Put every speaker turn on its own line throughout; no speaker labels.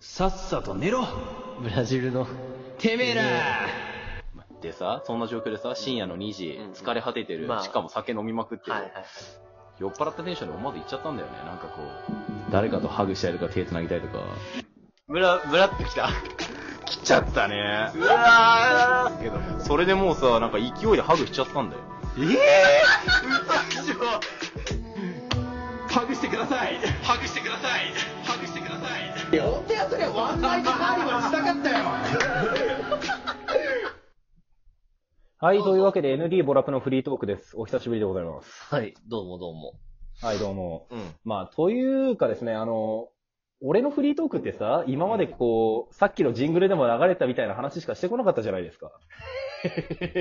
さっさと寝ろ
ブラジルの。
てめえら、
でさ、そんな状況でさ、深夜の2時
うん、
疲れ果ててる
まあ、
しかも酒飲みまくってる
はいはい。
酔っ払ったテンションで思わず行っちゃったんだよね。なんかこう、誰かとハグしたいとか手繋ぎたいとか。
ブラ、ブラってきた。来ちゃったね。
うわ
けど、それでもうさ、なんか勢いでハグしちゃったんだよ。
ハグしてくださいハグしてくださいハグしてください
はい、というわけで ND ボラクのフリートークです。お久しぶりでございます。
はい、どうもどうも。
はい、どうも。
うん。
まあ、というかですね、あの、俺のフリートークってさ、今までこう、さっきのジングルでも流れたみたいな話しかしてこなかったじゃな いですか。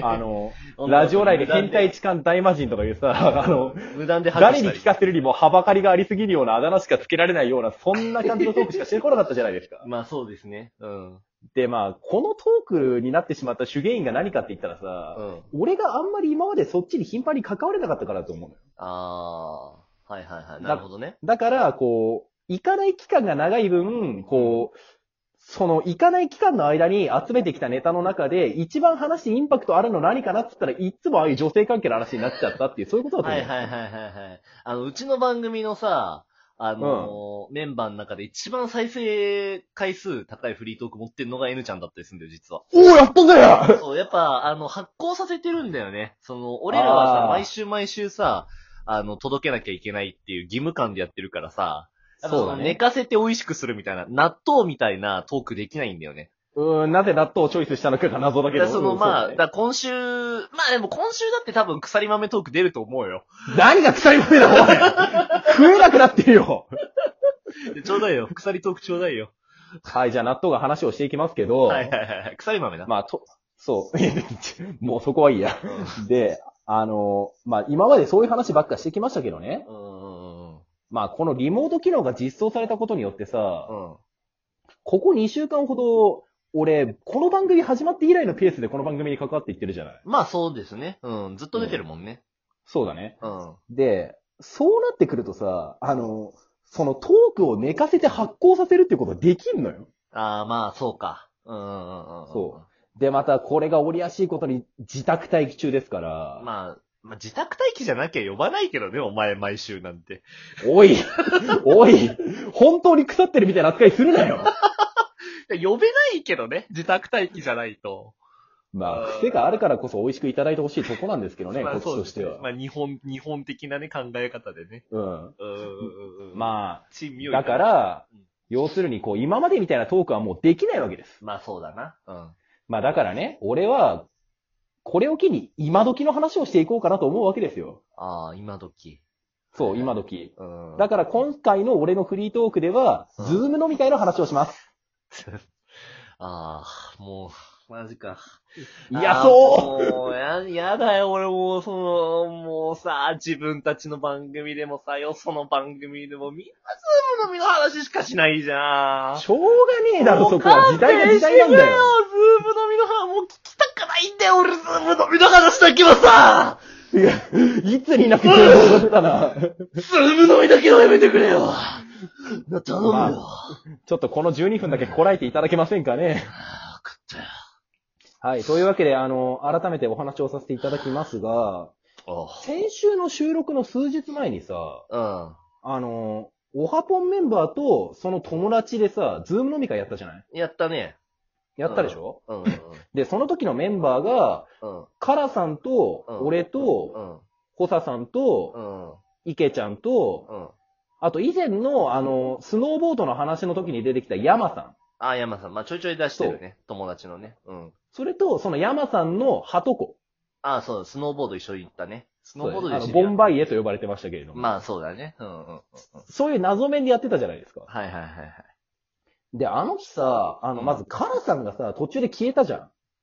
あの、ラジオ内で変態痴漢大魔人とかいうさ、あの、
無断で外
誰
し
に
たり
聞。かせるにもはばかりがありすぎるようなあだ名しかつけられないような、そんな感じのトークしかしてこなかったじゃないですか。
まあそうですね。うん。
で、まあ、このトークになってしまった主原因が何かって言ったらさ、
うん。
俺があんまり今までそっちに頻繁に関われなかったからだと思うのよ。
あー。はいはいはい。なるほどね。
だから、こう、行かない期間が長い分、こう、その行かない期間の間に集めてきたネタの中で、一番話してインパクトあるの何かなって言ったらいつもああいう女性関係の話になっちゃったっていう、そういうことだと
は
思う。
いはいはいはいはい。あの、うちの番組のさ、あのーメンバーの中で一番再生回数高いフリートーク持ってるのが N ちゃんだったりするんだよ、実は。
おお、やったぜよ
そう、やっぱ、あの、発行させてるんだよね。その、俺らは
あ
さ、
ー
毎週毎週さ、あの、届けなきゃいけないっていう義務感でやってるからさ、やっぱ
そうだ
の寝
ね。
かせて美味しくするみたいな、納豆みたいなトークできないんだよね。
うーん、なぜ納豆をチョイスしたのかが謎だけ
だ
ど。
からその、
うん
まあ、
うだ
だ
ね
から今週、まあでも今週だって多分鎖豆トーク出ると思うよ。
何が腐り豆だ、おい食えなくなってるよ
でちょうだ いよ。鎖トークちょうだいよ。
はい、じゃあ納豆が話をしていきますけど、
はいはいはいはい。鎖豆な。
まあ、と、そう。もうそ こはいいや。で、あの、まあ、今までそういう話ばっかしてきましたけどね。
うんうんうん
まあ、このリモート機能が実装されたことによってさ、
うん。
ここ2週間ほど、俺、この番組始まって以来のペースでこの番組に関わっていってるじゃない。
まあそうですね。うん。ずっと出てるもんね。
そうだね。
うん。
で、そうなってくるとさ、あの、そのトークを寝かせて発行させるってことできんのよ。
ああ、まあそうか。うんうんうんうん。
そうで、またこれが折りやしいことに自宅待機中ですから。
まあ、まあ、自宅待機じゃなきゃ呼ばないけどね、お前毎週なんて。
おい おい本当に腐ってるみたいな扱いするなよ
いや呼べないけどね、自宅待機じゃないと。
まあ、癖があるからこそ美味しくいただいてほしいとこなんですけどね、
ま
こ
あ
っちとして
そうですねま
は。
あ、日本、日本的なね、考え方でね。
うん。
うんうんうん。あ、
ま
珍
あ、
妙
だか、ら、要するにこう、今までみたいなトークはもうできないわけです。
まあそうだな。うん。
まあだからね、俺は、これを機に今時の話をしていこうかなと思うわけですよ。
ああ、今時。
そう、今時。
うん。
だから今回の俺のフリートークでは、ズ
うん
ーム飲み会の話をします。
ああ、もう、マジか。
いや、そう
うもう、や、やだよ、俺もう、その、もうさ、自分たちの番組でもさ、よその番組でもみんなズームのみの話しかしないじゃん。
しょうがねえだろ、そこは。時代が
が
時代なんだよ。
ズームのみの話、もう聞きたくないんだよ、俺、ズームのみの話だけはさ、
いや、いつになく情報が出たな。
ズームのみだけはやめてくれよ。な、頼むよ。
まあ
あ、
ちょっとこの12分だけこらえていただけませんかね。
分かったよ。
はい。というわけで、あの、改めてお話をさせていただきますが、先週の収録の数日前にさ、
うん。
あの、オハポンメンバーとその友達でさ、ズーム飲み会やったじゃない
やったね。
やったでしょ、
うん。
で、その時のメンバーが、
うん。
カラさんと、
うん
俺
う
と、
ん。
ホサさん
う
と、
ん。
イケちゃんと、
うん。
あと以前の、あの、スノーボードの話の時に出てきたヤマさん。
あ、山さん。まあ、ちょいちょい出してるね。友達のね。うん。
それと、そのヤマさんのハトコ。
あ、そう、スノーボード一緒に行ったね。スノーボードで
あ
一緒に
の、ボン
やっ
バイエと呼ばれてましたけれど
た
も。
まあ、そうだね。うんうん。
そういう謎面でやってたじゃないですか。
はいはいはいはい。
で、あの日さ、あの、まず、カラさんがさ、途中で消えたじゃ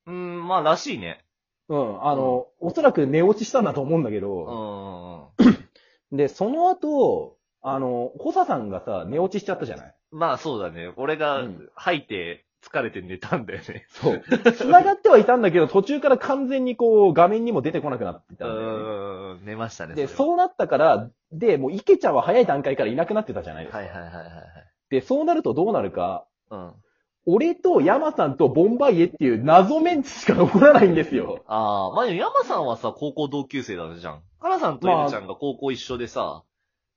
ん。
うん、まあ、らしいね。
うん、あの、おそらく寝落ちしたんだと思うんだ
う
け
んう
ど、
んうん。
で、その後、あの、ホサさんがさ、寝落ちしちゃったじゃない
まあそうだね。俺が
うん
吐いて疲れて寝たんだよ ね。
そう。繋がってはいたん だけど、途中から完全にこう、画面にも出てこなくなってたんだよね。
うん。寝ましたね。
で、
それ
そうなったから、で、もう、イケちゃんは早い段階からいなくなってたじゃないです
は
か。
はいはいはいはいはい。
で、そうなるとどうなるか、
うん。
俺と山さんとボンバイエっていう謎メンツしか残らないんですよ。
ああ、まあ、でも山さんはさ、高校同級生だじゃん。かなさんと
まあ
ゆるちゃんが高校一緒でさ、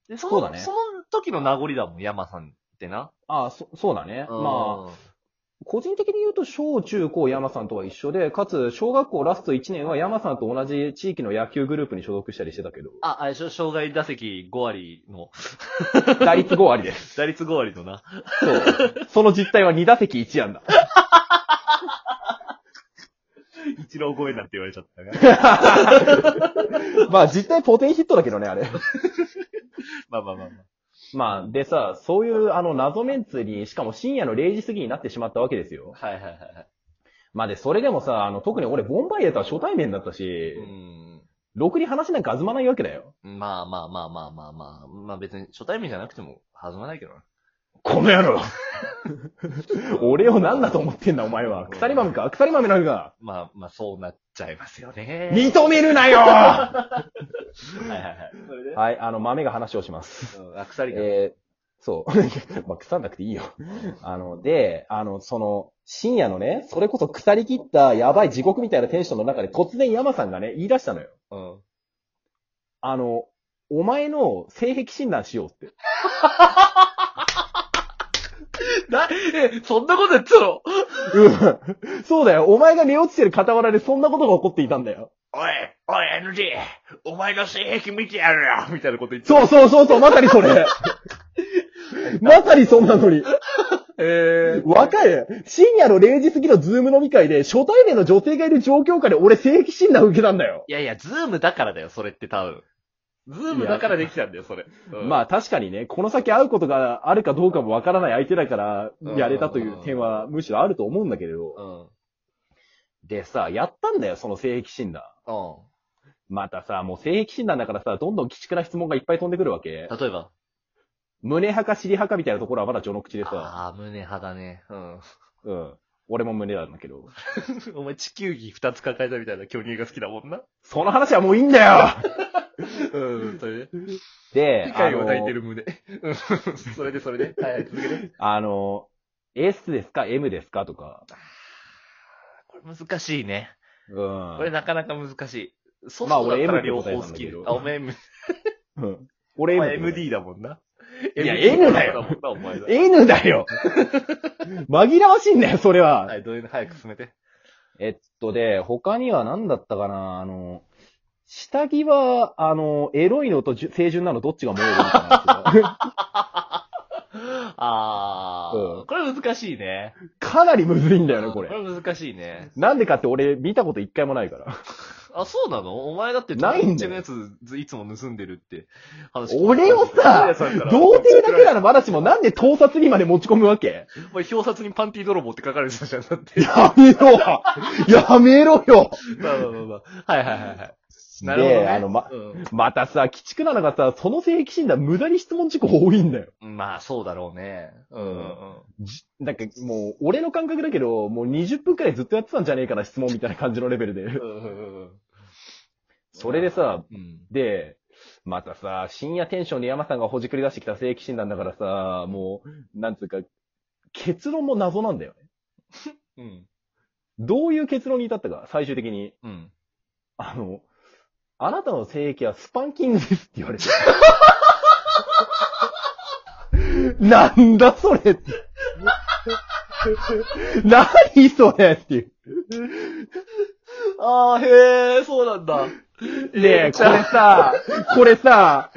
で、その、
そう
そ
だね
の時の名残だもん、山さんってな。
ああ、そ、そうだね。まあ、
あ、
個人的に言うと小中高山さんとは一緒で、かつ小学校ラスト1年は山さんと同じ地域の野球グループに所属したりしてたけど、
あ、あれでしょ、障害打席5割の、
打率5割です。
打率5割のな。
そう。その実態は2打席1安打。
一郎超えなんて言われちゃったね。
まあ実態ポテンヒットだけどね、あれ。
まあまあまあまあ。
まあ、でさ、そういうあの謎メンツに、しかも深夜の0時過ぎになってしまったわけですよ。
はいはいはいはい。
まあで、それでもさ、あの、特に俺、ボンバイエとは初対面だったし、
うん。
ろくに話なんか弾まないわけだよ。
まあまあまあまあまあまあ。まあ別に初対面じゃなくても弾まないけどな。
この野郎 俺を何だと思ってんだ、お前は。腐り豆か、腐り豆なるか。
まあまあそうなっちゃいますよね。
認めるなよ は
はいはいはい。それで
い、あの、豆が話をします。
うん、あ、腐りが。
えー、そう。 まあ、腐んなくていいよ。あの、で、あの、その、深夜のね、それこそ腐りきったやばい地獄みたいなテンションの中で突然山さんがね、言い出したのよ。
うん。
あの、お前の性癖診断しようって。
な、え、そんなことやってたの
うん。 そうだよ。お前が寝落ちてる傍らでそんなことが起こっていたんだよ。
おい、おい、NG! お前の性癖見てやるよみたいなこと言って。
そうそうそうそう、まさにそ れ。まさにそんなのに。
え
わかる深夜の0時過ぎのズーム飲み会で初対面の女性がいる状況下で俺性癖診断受けたんだよ。
いやいや、ズームだからだよ、それって多分。ズームだからできたんだよ、それ。
まあ確かにね、この先会うことがあるかどうかもわからない相手だから、
うん
やれたという点はむしろあると思うんだけれ
あ、
ど。
うん。
でさ、やったんだよ、その性癖診断。
う
またさ、もう性癖診断だからさ、どんどん鬼畜な質問がいっぱい飛んでくるわけ。
ん。例えば。
胸派か尻派かみたいなところはまだ序の口でさ、
ああ、胸派だね。うん。
うん。俺も胸なんだけど。
お前、地球儀二つ抱えたみたいな巨乳が好きだもんな。
その話はもういいんだ よ
うん、それで。
で、
理解を抱いてる胸。うんそれで、それで。はいはい、続けて。
あの、S ですか ?M ですかとか。
これ難しいね。
う
これ
ん。
なかなか難しい。ソフ
まあ
トだっ
俺
たら
M
両方好き
って答えなんだけ。ど
あ、お前 M。
うん俺 M だよ。
だもんな。
いや
M
M だよ
もんな、お前だ
N だ よ紛らわしいんだよ、それは。
はい、どういうの早く進めて。
えっとで、他には何だったかなあの、下着は、あの、エロいのとじゅ清純なのどっちが燃えるのかなっていう
あー、
うん
これ難しいね。
かなりむずいんだよね、こ
こ
れ。
れ難しいね。
なんでかって俺見たこと一回もないから。
あ、そうなのお前だって、
ないんだよ
のやつ、ずいつも盗んでるって話。
俺をさ、 童貞だけならまだしもなんで盗撮にまで持ち込むわけ
お前、表札にパンティ泥棒って書かれてたじゃん、だって。
やめろやめろよ
まあまあまあまあ。はいはいはいはい。なるほど、ね。
で、あの、ま、
う
またさ、鬼畜なのがさ、その性癖診断無駄に質問事項多いんだよ。
ん。まあ、そうだろうね。うんうんうん。
じなんかもう、俺の感覚だけど、もう20分くらいずっとやってたんじゃねえかな、質問みたいな感じのレベルで。
うんうんうん
それでさ、
うん。
で、またさ、深夜テンションで山さんがほじくり出してきた正規診断だからさ、もう、なんつうか、結論も謎なんだよね。
うん。
どういう結論に至ったか、最終的に。
うん。
あの、あなたの性癖はスパンキングですって言わ れて。なんだそれって。何それっていう。
ああ、へえ、そうなんだ。
ねえ、これさ、これさ、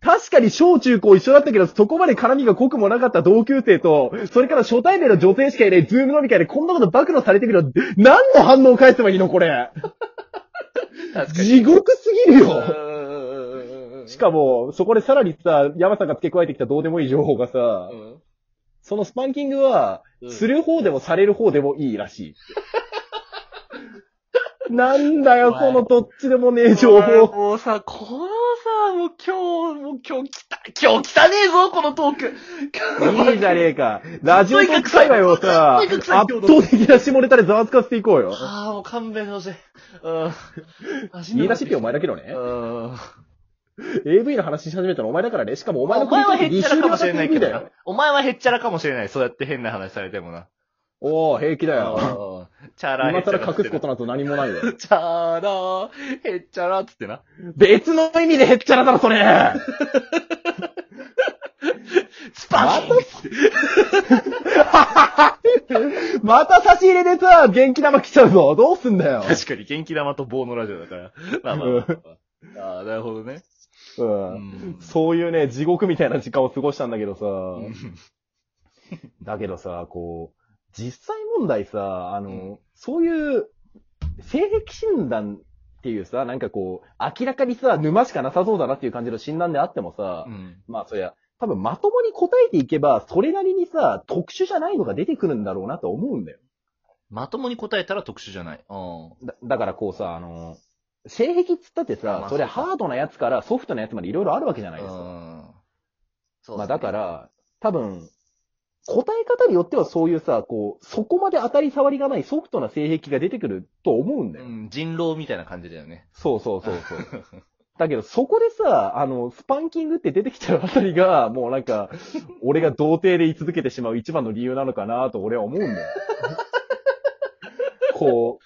確かに小中高一緒だったけど、そこまで絡みが濃くもなかった同級生と、それから初対面の女性しかいないズーム飲み会でこんなこと暴露されてみるけど、何の反応を返せばいいのこれ。
確かに。
地獄すぎる
うん
よ。
うんうんうんうんうん
しかも、そこでさらにさ、山さんが付け加えてきたどうでもいい情報がさ、
うん
そのスパンキングは、
うん
する方でもされる方でもいいらし いって。なんだよ、このどっちでもねえ情報。
もうさ、このさ、もう今日、もう今日来た、今日来たねえぞ、このトーク。
いいじゃねえか。ラジオトーク界隈をさ、
とにか
圧
く最強だ
倒的な下ネタでざわつかせていこうよ。
ああ、もう勘弁してほしい。うん。
言い出しってお前だけどね。
うん。
AV の話し始めたのお前だからね。しかもお
お前
前の国
は
と
へっ
一
ちゃ
周
ら
に
か
わ
も
た
し
っ
れ
て
ない
いい
け
んだ
ど
よ
な。。お前はへっちゃらかもしれない。そうやって変な話されてもな。
おー、平気だよ。
あーチャラへ
今
っちゃら
更
っ
隠
て
す
な
ことなんて何もないよ。
チャラへっちゃらっつってな。
別の意味でへっちゃらだろ、それ
スパン
また差し入れでさ、元気玉来ちゃうぞ。どうすんだ よ。
確かに元気玉と棒のラジオだから。まあまあまあまあ。ああ、なるほどね。
う。
うんん。
そういうね、地獄みたいな時間を過ごしたんだけどさ。だけどさ、こう、実際問題さ、あの、
うん
そういう、性癖診断っていうさ、なんかこう、明らかにさ、沼しかなさそうだなっていう感じの診断であってもさ、
うん。
まあそりゃ、多分まともに答えていけば、それなりにさ、特殊じゃないのが出てくるんだろうなと思うんだよ。
まともに答えたら特殊じゃない。うん。
だだからこうさ、あの、性癖っつったってさ、
まあ
そりゃ
そうだ
ハードなやつからソフトなやつまでいろいろあるわけじゃないですか。
うん。そう
まあだか、ら、多分、答え方によってはそういうさ、こう、そこまで当たり障りがないソフトな性癖が出てくると思うんだ
う
よ。
ん、人狼みたいな感じだよね。
そうそうそうそう。 だけど、そこでさ、あの、スパンキングって出てきちゃうあたりが、もうなんか、俺が童貞で居続けてしまう一番の理由なのかなと俺は思うんだ よ。こう、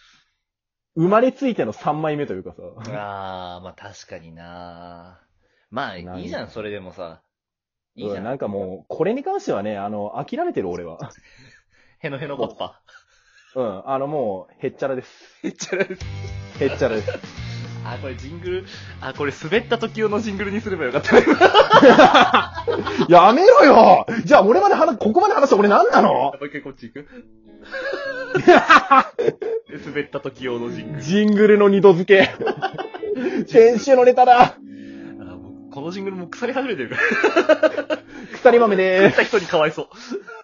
生まれついての3枚目というかさ。
ああ、まあ確かになまあ、いいじゃん、それでもさ。いいじゃ
うん
ん。
なんかもう、これに関してはね、あの、諦めてる俺は。
へのへのコッパ。
うん、あのもう、へっちゃらです。へっちゃらです。へっちゃらです。
あ、これジングル、あ、これ滑った時用のジングルにすればよかったね。
やめろよじゃあ俺まで話、ここまで話した俺なんなの
もう一回こっち行く滑った時用のジングル。
ジングルの二度付 け。先週のネタだ
あ もうこのジングルもう腐り始めてるから。
腐り豆でーす
腐った人にかわいそう。